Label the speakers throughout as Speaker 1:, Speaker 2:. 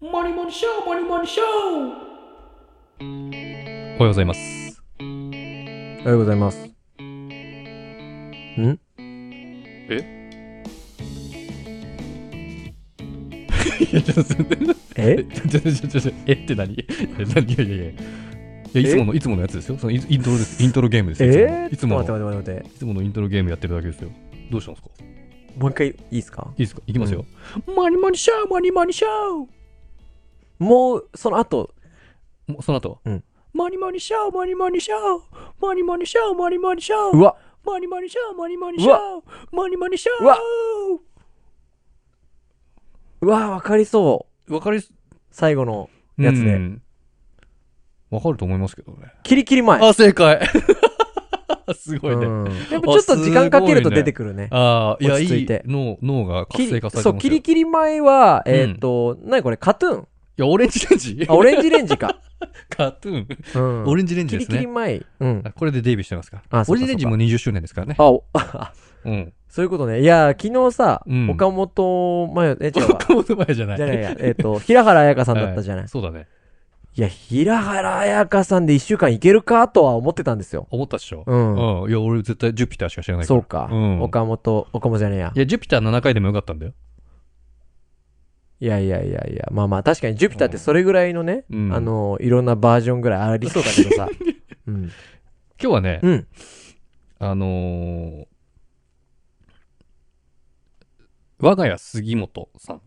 Speaker 1: ニモニショーモニモニショー
Speaker 2: おはようございます。
Speaker 3: おはようございます。ん
Speaker 2: いや、ちょっと、ちょっと、
Speaker 3: え
Speaker 2: ちょっと、ちょっとちょっと、えって何 え何いやいやいやいや。いつもの、いつものやつですよ。そのインイントロです。イントロゲームですよ。
Speaker 3: えー、
Speaker 2: いつも
Speaker 3: ちょっと
Speaker 2: の、
Speaker 3: 待って待って待って待
Speaker 2: いつものイントロゲームやってるだけですよ。どうしたんですかい
Speaker 3: って。もう一回いいですか
Speaker 2: いですかいきますよ。
Speaker 1: モニモニショーモニモニショー
Speaker 3: もう、その後、
Speaker 2: もうその後は。
Speaker 1: モニモニショーモニモニショーモニモニショーモニモニショー
Speaker 3: うわ
Speaker 1: モニモニショーモニモニショー
Speaker 3: う
Speaker 1: モニモニショー
Speaker 3: うわうわわかりそう。
Speaker 2: わかりす、
Speaker 3: 最後のやつ
Speaker 2: う
Speaker 3: で。
Speaker 2: んわかると思いますけどね。
Speaker 3: キリキリ前。
Speaker 2: あ、正解 すごいね。
Speaker 3: うんやっぱちょっと時間かけると出てくるね。
Speaker 2: ああ、いや、
Speaker 3: 落ち着
Speaker 2: い
Speaker 3: い
Speaker 2: い
Speaker 3: て
Speaker 2: 脳、脳が
Speaker 3: キ
Speaker 2: 活性
Speaker 3: リ
Speaker 2: 化されて
Speaker 3: そう、
Speaker 2: ます
Speaker 3: キ
Speaker 2: よ。
Speaker 3: リ
Speaker 2: い
Speaker 3: キリ前は、
Speaker 2: うん
Speaker 3: えーっと、なにこれ、カトゥーン
Speaker 2: や、オレンジレンジ
Speaker 3: あ、オレンジレン ジか。
Speaker 2: カトゥーン。
Speaker 3: うん
Speaker 2: オレンジレンジで
Speaker 3: キリ
Speaker 2: す
Speaker 3: キリ
Speaker 2: ね。
Speaker 3: 前。うん。
Speaker 2: あこれでデビューしてますか。
Speaker 3: あ
Speaker 2: オ
Speaker 3: そうか
Speaker 2: レンジレンジも20周年ですからね。
Speaker 3: あ、お あ
Speaker 2: うん。
Speaker 3: そういうことね。いや、昨日さ
Speaker 2: うん、
Speaker 3: 岡本真代、え、違うわ。
Speaker 2: 岡本前じゃない。
Speaker 3: じゃないや、えーっと、平原綾香さんだったじゃない
Speaker 2: はい。そうだね。
Speaker 3: いや、平原綾香さんで一週間いけるかとは思ってたんですよ。
Speaker 2: 思ったっしょ。
Speaker 3: うん
Speaker 2: うん。いや、俺絶対ジュピターしか知らないから。
Speaker 3: そうか。
Speaker 2: うん
Speaker 3: 岡本、岡本じゃねえや
Speaker 2: い。や、ジュピター7回でもよかったんだよ。
Speaker 3: いやいやいやいや、まあまあ確かにジュピターってそれぐらいのね、
Speaker 2: うん
Speaker 3: あの、いろんなバージョンぐらいありそうだけ どさ。うん。
Speaker 2: 今日はね、
Speaker 3: うん。
Speaker 2: あのー、我が家杉本さん。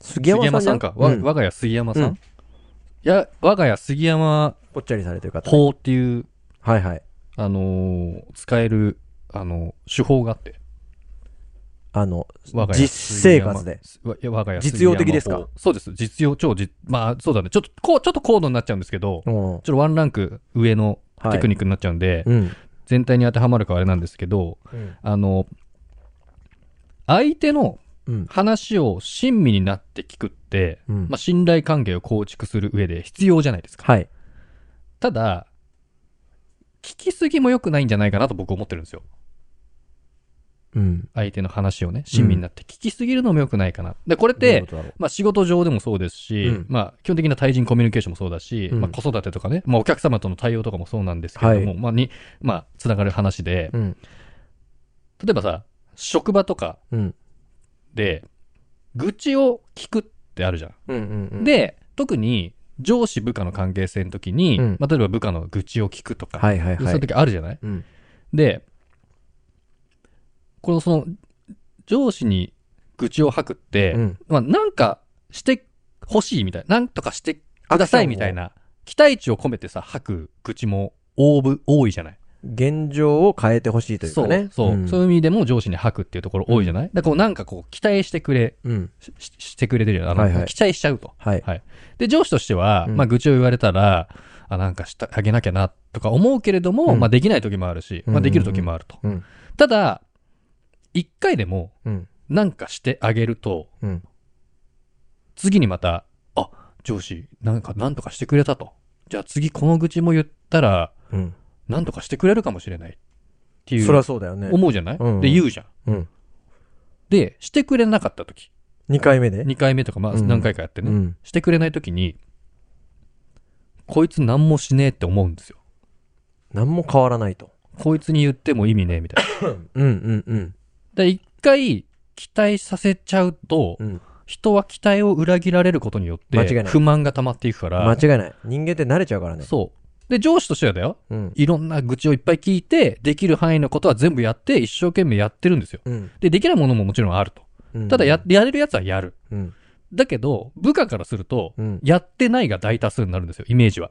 Speaker 3: 杉山さんじゃ
Speaker 2: か。わ
Speaker 3: うん
Speaker 2: 我が家杉山さ
Speaker 3: うん
Speaker 2: ん。いや、我が家杉山
Speaker 3: ぽっちゃりされてる方。
Speaker 2: 法っていう、
Speaker 3: はいはい。
Speaker 2: あのー使える、あのー手法があって。
Speaker 3: あの、
Speaker 2: 我が家
Speaker 3: 実生活で。
Speaker 2: 杉山すわいや我が家
Speaker 3: 実用的ですか
Speaker 2: 杉山法そうです。実用、超実、まあ、そうだね。ちょっと、こう、ちょっと高度になっちゃうんですけど、
Speaker 3: う
Speaker 2: ち
Speaker 3: ん。
Speaker 2: ょっとワンランク上のテクニックになっちゃうんで、
Speaker 3: うん。
Speaker 2: 全体に当てはまるかはあれなんですけど、
Speaker 3: うん
Speaker 2: あの、相手の
Speaker 3: うん。
Speaker 2: 話を親身になって聞くって、
Speaker 3: うん
Speaker 2: まあ、信頼関係を構築する上で必要じゃないですか。
Speaker 3: はい。
Speaker 2: ただ、聞きすぎも良くないんじゃないかなと僕思ってるんですよ。
Speaker 3: うん。
Speaker 2: 相手の話をね、親身になって聞きすぎるのも良くないかな。で、これって
Speaker 3: どういう、ことだろう
Speaker 2: まあ、仕事上でもそうですし、
Speaker 3: うん
Speaker 2: まあ、基本的な対人コミュニケーションもそうだし、
Speaker 3: うん
Speaker 2: まあ、子育てとかね、まあ、お客様との対応とかもそうなんですけれども、
Speaker 3: は
Speaker 2: まあ、に、まあ、つながる話で、
Speaker 3: うん。
Speaker 2: 例えばさ、職場とか
Speaker 3: うん。
Speaker 2: で、愚痴を聞くってあるじゃん。
Speaker 3: うんうんうん、
Speaker 2: で、特に、上司部下の関係性の時に、
Speaker 3: うん
Speaker 2: まあ、例えば部下の愚痴を聞くとか、
Speaker 3: はいはい
Speaker 2: そう
Speaker 3: は
Speaker 2: いう
Speaker 3: い。
Speaker 2: 時あるじゃない
Speaker 3: うん。
Speaker 2: で、このその、上司に愚痴を吐くって、
Speaker 3: うん
Speaker 2: まあ、なんかしてほしいみたいな、なんとかしてくださいみたいな、期待値を込めてさ、吐く口も多ぶ多いじゃない。
Speaker 3: 現状を変えてほしいという
Speaker 2: そ
Speaker 3: か
Speaker 2: う、
Speaker 3: ね。
Speaker 2: そう、
Speaker 3: ん
Speaker 2: そういう意味でも上司に吐くっていうところ多いじゃない、だからこうなんかこう、期待してくれ、
Speaker 3: うん。
Speaker 2: しししてくれてるよな、あの
Speaker 3: はいはい
Speaker 2: 期待しちゃうと。
Speaker 3: はい。
Speaker 2: で、上司としては、
Speaker 3: うん
Speaker 2: まあ、愚痴を言われたら、あ、なんかしてあげなきゃな、とか思うけれども、
Speaker 3: うん
Speaker 2: まあ、できない時もあるし、まあ、できる時もあると。
Speaker 3: うん。
Speaker 2: ただ、一回でも、
Speaker 3: うん。
Speaker 2: なんかしてあげると、
Speaker 3: うん。
Speaker 2: 次にまた、あ、上司、なんか、なんとかしてくれたと。じゃあ次この愚痴も言ったら、
Speaker 3: うん。
Speaker 2: なんとかしてくれるかもしれない。ってい
Speaker 3: そりゃ
Speaker 2: う、
Speaker 3: そうだよね。
Speaker 2: 思うじゃない、
Speaker 3: うん
Speaker 2: で、言うじゃん。
Speaker 3: うん。
Speaker 2: で、してくれなかった時、
Speaker 3: 2回目で
Speaker 2: 2回目とか、まあ、
Speaker 3: うん
Speaker 2: 何回かやってね、
Speaker 3: うん。
Speaker 2: してくれない時に、こいつ何もしねえって思うんですよ。
Speaker 3: 何も変わらないと。
Speaker 2: こいつに言っても意味ねえみたいな。
Speaker 3: うんうんうん。
Speaker 2: で、一回、期待させちゃうと、
Speaker 3: うん
Speaker 2: 人は期待を裏切られることによっ
Speaker 3: 間違いな
Speaker 2: て、
Speaker 3: い
Speaker 2: 不満が溜まっていくから、
Speaker 3: 間違いない。人間って慣れちゃうからね。
Speaker 2: そう。で、上司としてはだよ。
Speaker 3: うん。
Speaker 2: いろんな愚痴をいっぱい聞いて、できる範囲のことは全部やって、一生懸命やってるんですよ。
Speaker 3: うん。
Speaker 2: で、できないものももちろんあると。
Speaker 3: うん
Speaker 2: ただや、、やれるやつはやる。
Speaker 3: うん。
Speaker 2: だけど、部下からすると、
Speaker 3: うん。
Speaker 2: やってないが大多数になるんですよ、イメージは。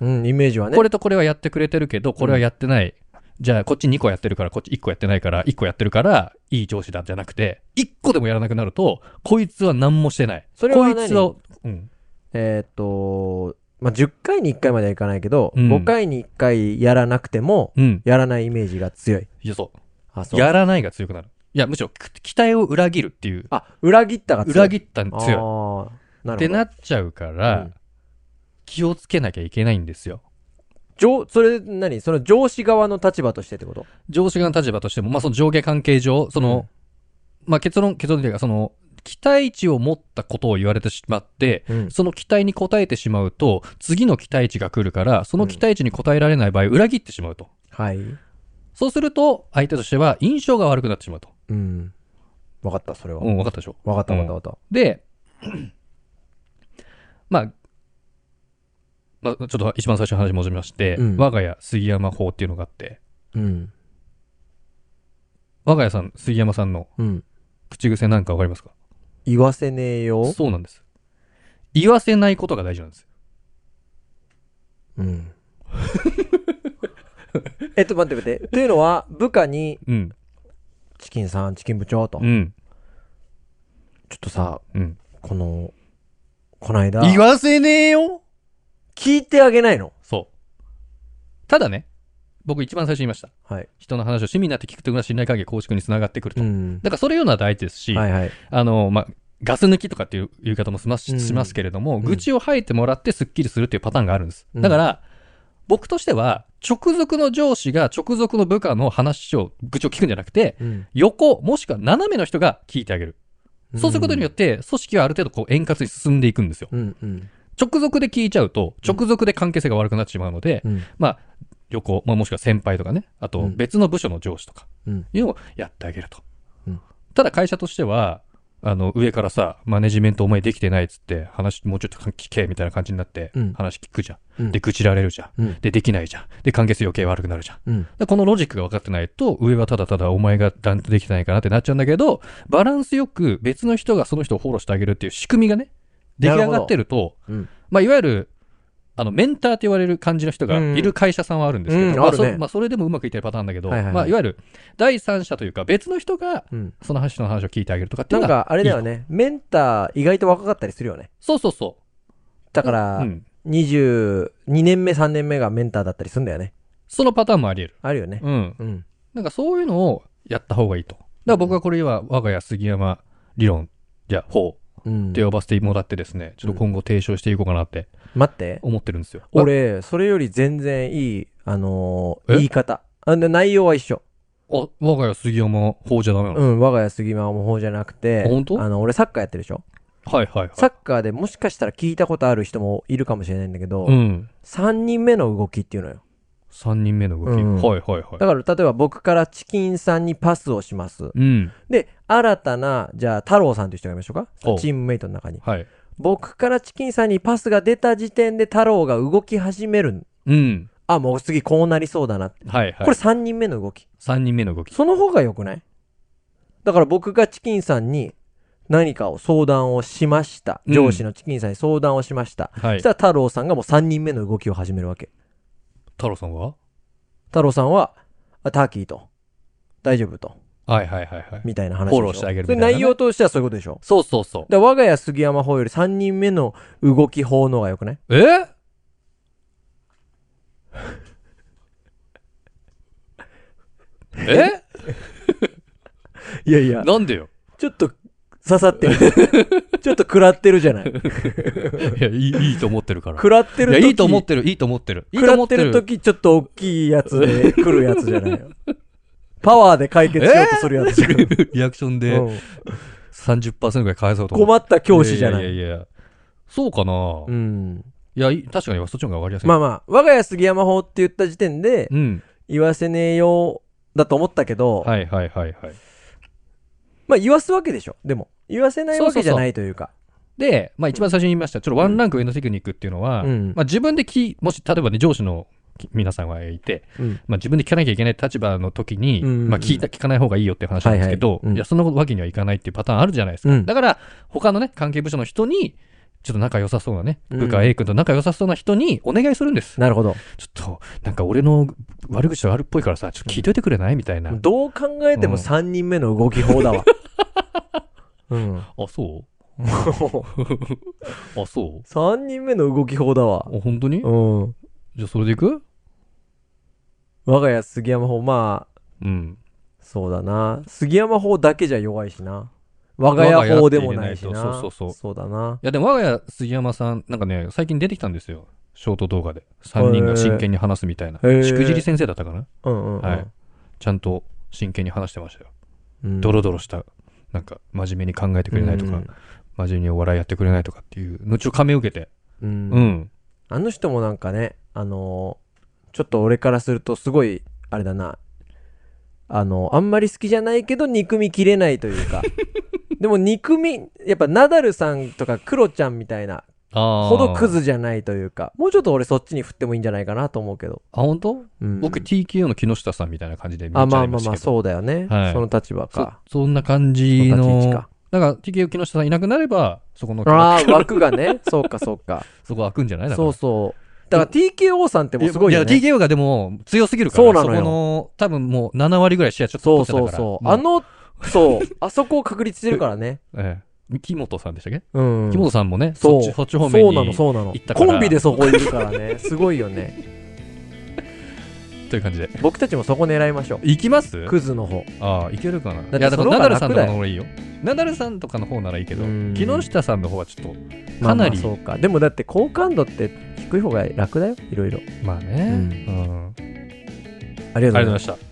Speaker 3: うん、イメージはね。
Speaker 2: これとこれはやってくれてるけど、これはやってない。じゃあ、こっち2個やってるから、こっち1個やってないから、1個やってるから、いい上司だ、じゃなくて、1個でもやらなくなると、こいつは何もしてない。
Speaker 3: それは何
Speaker 2: こいつは、うん。
Speaker 3: えーっと、まあ、10回に1回まではいかないけど、
Speaker 2: うん
Speaker 3: 5回に1回やらなくても、
Speaker 2: うん。
Speaker 3: やらないイメージが強い。
Speaker 2: いや、そう。
Speaker 3: あ、そう。
Speaker 2: やらないが強くなる。いや、むしろ、く期待を裏切るっていう、
Speaker 3: あ、裏切ったが強い。
Speaker 2: 裏切ったん強い。
Speaker 3: ああ、な
Speaker 2: っ
Speaker 3: る
Speaker 2: て
Speaker 3: ほど。
Speaker 2: なっちゃうから、
Speaker 3: うん
Speaker 2: 気をつけなきゃいけないんですよ。
Speaker 3: 上、それ、何その上司側の立場としてってこと
Speaker 2: 上司側の立場としても、まあ、その上下関係上、その、まあ、結論、結論というか、その、期待値を持ったことを言われてしまって、
Speaker 3: うん
Speaker 2: その期待に応えてしまうと、次の期待値が来るから、その期待値に応えられない場合、裏切ってしまうと。
Speaker 3: はい。
Speaker 2: そうすると、相手としては印象が悪くなってしまうと。
Speaker 3: うん。わかった、それは。
Speaker 2: うん、分かったでしょ。
Speaker 3: わかった、わかった、わかっ
Speaker 2: で、 まあ、まあ、ちょっと一番最初の話に戻りまして、
Speaker 3: うん
Speaker 2: 我が家杉山法っていうのがあって、
Speaker 3: た。うん。
Speaker 2: 我が家さん、杉山さんの
Speaker 3: うん。
Speaker 2: 口癖なんかわかりますか
Speaker 3: 言わせねえよ。
Speaker 2: そうなんです。言わせないことが大事なんです。
Speaker 3: うん。 えっと、待って待って。というのは、部下に、
Speaker 2: うん。
Speaker 3: チキンさん、チキン部長と。
Speaker 2: う
Speaker 3: ちょ
Speaker 2: ん。
Speaker 3: っとさ、
Speaker 2: うん。
Speaker 3: この、こないだ、
Speaker 2: 言わせねえよ
Speaker 3: 聞いてあげないの。
Speaker 2: そう。ただね、僕一番最初に言いました。
Speaker 3: はい。
Speaker 2: 人の話を趣味になって聞くというのは信頼関係構築につながってくると。
Speaker 3: うん。
Speaker 2: だからそれいうのは大事ですし、
Speaker 3: はいはい。
Speaker 2: あの、まあ、ガス抜きとかっていう言い方もします,、
Speaker 3: うん
Speaker 2: しますけれども、
Speaker 3: ん
Speaker 2: 愚痴を吐いてもらってスッキリするっていうパターンがあるんです。
Speaker 3: うん
Speaker 2: だから、僕としては、直属の上司が直属の部下の話を、愚痴を聞くんじゃなくて、
Speaker 3: うん。
Speaker 2: 横、もしくは斜めの人が聞いてあげる。そうすることによって、組織はある程度こう円滑に進んでいくんですよ。
Speaker 3: うんうん。
Speaker 2: 直属で聞いちゃうと、直属で関係性が悪くなってしまうので、
Speaker 3: うん。
Speaker 2: まあ、横、まあ、もしくは先輩とかね、あ
Speaker 3: う
Speaker 2: と
Speaker 3: ん
Speaker 2: 別の部署の上司とか、
Speaker 3: うん
Speaker 2: いうのをやってあげると。
Speaker 3: うん
Speaker 2: ただ会社としては、あの、上からさ、マネジメントお前できてないっつって、話もうちょっと聞け、みたいな感じになって
Speaker 3: うん、
Speaker 2: 話聞くじゃん。
Speaker 3: うん
Speaker 2: で、愚痴られるじゃん。
Speaker 3: うん
Speaker 2: で、できないじゃん。で、関係性余計悪くなるじゃん。
Speaker 3: うん。
Speaker 2: でこのロジックが分かってないと、上はただただお前が断できてないかなってなっちゃうんだけど、バランスよく別の人がその人をフォローしてあげるっていう仕組みがね、出来上がってると、
Speaker 3: うん。
Speaker 2: まあ、いわゆる、あの、メンターって言われる感じの人がいる会社さんはあるんですけど、
Speaker 3: うんうん
Speaker 2: ま
Speaker 3: あるね
Speaker 2: そまあ、それでもうまくいってるパターンだけど、
Speaker 3: はいはいはい
Speaker 2: まあ、いわゆる、第三者というか別の人が、
Speaker 3: うん。
Speaker 2: その話の話を聞いてあげるとかってい
Speaker 3: な
Speaker 2: うんのが
Speaker 3: か、あれだ
Speaker 2: い
Speaker 3: よ
Speaker 2: い
Speaker 3: ね。メンター、意外と若かったりするよね。
Speaker 2: そうそうそ
Speaker 3: だか
Speaker 2: う。
Speaker 3: ら
Speaker 2: う、ん。
Speaker 3: 22年目、3年目がメンターだったりするんだよね。
Speaker 2: そのパターンもあり得
Speaker 3: あるよね。
Speaker 2: る。うん。
Speaker 3: うん。
Speaker 2: なんかそういうのをやった方がいいと。だから僕はこれは我が家杉山理論、じゃあ、法
Speaker 3: うん
Speaker 2: って呼ばせてもらってですね、ちょっと今後提唱していこうかなって
Speaker 3: 待って。
Speaker 2: 思ってるんですよ。
Speaker 3: 俺、それより全然いい、あのー
Speaker 2: え
Speaker 3: 言い方。あで内容は一緒。
Speaker 2: あ、あ我が家杉山法じゃダメなの、
Speaker 3: うん、我が家杉間も方じゃなくて、
Speaker 2: あ本当
Speaker 3: あの、俺サッカーやってるでしょ
Speaker 2: はいはいはい。
Speaker 3: サッカーでもしかしたら聞いたことある人もいるかもしれないんだけど、
Speaker 2: うん。
Speaker 3: 3人目の動きっていうのよ。
Speaker 2: 3人目の動き。
Speaker 3: うん
Speaker 2: はいはいはい。
Speaker 3: だから、例えば僕からチキンさんにパスをします。
Speaker 2: うん。
Speaker 3: で、新たな、じゃあ、太郎さんという人がいましょうか
Speaker 2: お
Speaker 3: チームメイトの中に。
Speaker 2: はい。
Speaker 3: 僕からチキンさんにパスが出た時点で太郎が動き始める。
Speaker 2: うん。
Speaker 3: あ、もう次こうなりそうだな。
Speaker 2: はいはい。
Speaker 3: これ3人目の動き。
Speaker 2: 3人目の動き。
Speaker 3: その方が良くないだから僕がチキンさんに何かを相談をしました。
Speaker 2: うん
Speaker 3: 上司のチキンさんに相談をしました。
Speaker 2: は
Speaker 3: そ
Speaker 2: い
Speaker 3: し。たら太郎さんがもう3人目の動きを始めるわけ。
Speaker 2: 太郎さんは
Speaker 3: 太郎さんは、あターキーと、大丈夫と、
Speaker 2: はいはいはいはい。
Speaker 3: みたいな話でしょ
Speaker 2: フォローしてあげるみた
Speaker 3: で
Speaker 2: いなね
Speaker 3: 内容としてはそういうことでしょ
Speaker 2: そうそうそ。
Speaker 3: で我が家杉山法より3人目の動き法の方が良くない う
Speaker 2: ええ
Speaker 3: いやいや、
Speaker 2: なんでよ。
Speaker 3: ちょっと刺さ ってる。ちょっと食らってるじゃない。
Speaker 2: いや、いい、いいと思ってるから。
Speaker 3: 食らって
Speaker 2: いや、
Speaker 3: る時
Speaker 2: いいと思ってる、いいと思ってる。いいと
Speaker 3: 食ら
Speaker 2: 思
Speaker 3: っ
Speaker 2: ってて
Speaker 3: る
Speaker 2: る。
Speaker 3: 時ちょっと大きいやつで来るやつじゃないよ。パワーで解決しようとするやつじゃない。
Speaker 2: リアクションで
Speaker 3: うん
Speaker 2: 30%ぐらい返そうと思って。
Speaker 3: 困った教師じゃな
Speaker 2: い
Speaker 3: い。
Speaker 2: やいやいや。そうかな
Speaker 3: うん。
Speaker 2: いや、い確かにそっちの方がわかりやすい。
Speaker 3: まあまあ、我が家杉山法って言った時点で、
Speaker 2: うん。
Speaker 3: 言わせねえよだと思ったけど、
Speaker 2: はいはいはいはい。
Speaker 3: まあ言わすわけでしょ。でも、言わせないわけじゃないというか。
Speaker 2: で、まあ一番最初に言いました、ちょっとワンランク上のテクニックっていうのは、
Speaker 3: うん
Speaker 2: まあ自分でき、もし例えばね、上司の皆さんがいて、
Speaker 3: うん
Speaker 2: まあ自分で聞かなきゃいけない立場の時に、
Speaker 3: うんうんうん
Speaker 2: まあ聞いた、聞かない方がいいよって話なんですけど、
Speaker 3: は
Speaker 2: い
Speaker 3: いはいうん
Speaker 2: や、そんなわけにはいかないっていうパターンあるじゃないですか。
Speaker 3: うん
Speaker 2: だから、他のね、関係部署の人に、ちょっと仲良さそうなね、
Speaker 3: うん
Speaker 2: 部下 A 君と仲良さそうな人にお願いするんです。
Speaker 3: なるほど。
Speaker 2: ちょっと、なんか俺の悪口があるっぽいからさ、ちょっと聞いといてくれないみたいな。
Speaker 3: どう考えても
Speaker 2: うん
Speaker 3: 3人目の動き法だわ。 うん。
Speaker 2: あ、そうあ、そう
Speaker 3: 3人目の動き法だわ。
Speaker 2: あ本当に、
Speaker 3: うん。
Speaker 2: じゃあそれでいく
Speaker 3: 我が家杉山法、まあ、
Speaker 2: うん。
Speaker 3: そうだな。杉山法だけじゃ弱いしな。我が家法でもないし
Speaker 2: 我
Speaker 3: な。
Speaker 2: が家って入れないとそうそうそう
Speaker 3: だな。
Speaker 2: いや、でも我が家杉山さん、なんかね、最近出てきたんですよ。ショート動画で。3人が真剣に話すみたいな。
Speaker 3: へー
Speaker 2: しくじり先生だったかな、
Speaker 3: うんうん、うん。
Speaker 2: はい。ちゃんと真剣に話してましたよ。
Speaker 3: うん
Speaker 2: ドロドロしたなんか、真面目に考えてくれないとか、
Speaker 3: うん
Speaker 2: 真面目にお笑いやってくれないとかっていう、後を亀を受けて、
Speaker 3: うん
Speaker 2: うん。
Speaker 3: あの人もなんかね、あのーちょっと俺からするとすごい、あれだな、あのーあんまり好きじゃないけど憎みきれないとい うか、でも憎み、やっぱナダルさんとかクロちゃんみたいな、
Speaker 2: ああ。
Speaker 3: ほどクズじゃないというか、もうちょっと俺そっちに振ってもいいんじゃないかなと思うけど。
Speaker 2: あ、本当、
Speaker 3: うん、
Speaker 2: 僕 TKO の木下さんみたいな感じで見ちゃ
Speaker 3: あ、
Speaker 2: いましたけど。
Speaker 3: まあまあまあ、そうだよね。
Speaker 2: はい
Speaker 3: その立場
Speaker 2: そ
Speaker 3: か。
Speaker 2: そんな感
Speaker 3: そ
Speaker 2: じ
Speaker 3: の立ち位
Speaker 2: の
Speaker 3: 置。か。
Speaker 2: だから TKO 木下さんいなくなれば、そこの、
Speaker 3: ああ、枠がね、 そうかそうか。
Speaker 2: そこ開くんじゃ ないだから
Speaker 3: そうそう。だから TKO さんってもうすごいよ
Speaker 2: や、
Speaker 3: ね。
Speaker 2: TKO がでも強すぎるから、
Speaker 3: そうなのよ
Speaker 2: そこの、多分もう7割ぐらい試合ちょっ
Speaker 3: そ
Speaker 2: と
Speaker 3: う
Speaker 2: 取
Speaker 3: そ
Speaker 2: っ
Speaker 3: う
Speaker 2: てたから。
Speaker 3: そう。
Speaker 2: も
Speaker 3: あ の、そう、あそこを確立してるからね。
Speaker 2: ええ、木本さんでしたっけ、
Speaker 3: うん。
Speaker 2: 木本さんもね、そ
Speaker 3: そう
Speaker 2: っち、そっち方面に。
Speaker 3: そうなのそうなの
Speaker 2: 行ったから
Speaker 3: コンビでそこいるからねすごい よね
Speaker 2: という感じで。
Speaker 3: 僕たちもそこ狙いましょう
Speaker 2: いきます
Speaker 3: クズの方
Speaker 2: ああ、いけるかな。
Speaker 3: て
Speaker 2: いや、だから
Speaker 3: その方
Speaker 2: ナ
Speaker 3: が
Speaker 2: ダルさんとかの
Speaker 3: 楽
Speaker 2: 方がいいよ。ナダルさんとかの方ならいいけど
Speaker 3: う、ん
Speaker 2: 木下さんの方はちょっと、かなり、
Speaker 3: まあまあそうかでもだって好感度って低い方が楽だよいろいろ
Speaker 2: まあね、うん。あり
Speaker 3: ありがと
Speaker 2: がとうご
Speaker 3: うござい
Speaker 2: ざい
Speaker 3: ま
Speaker 2: ますした。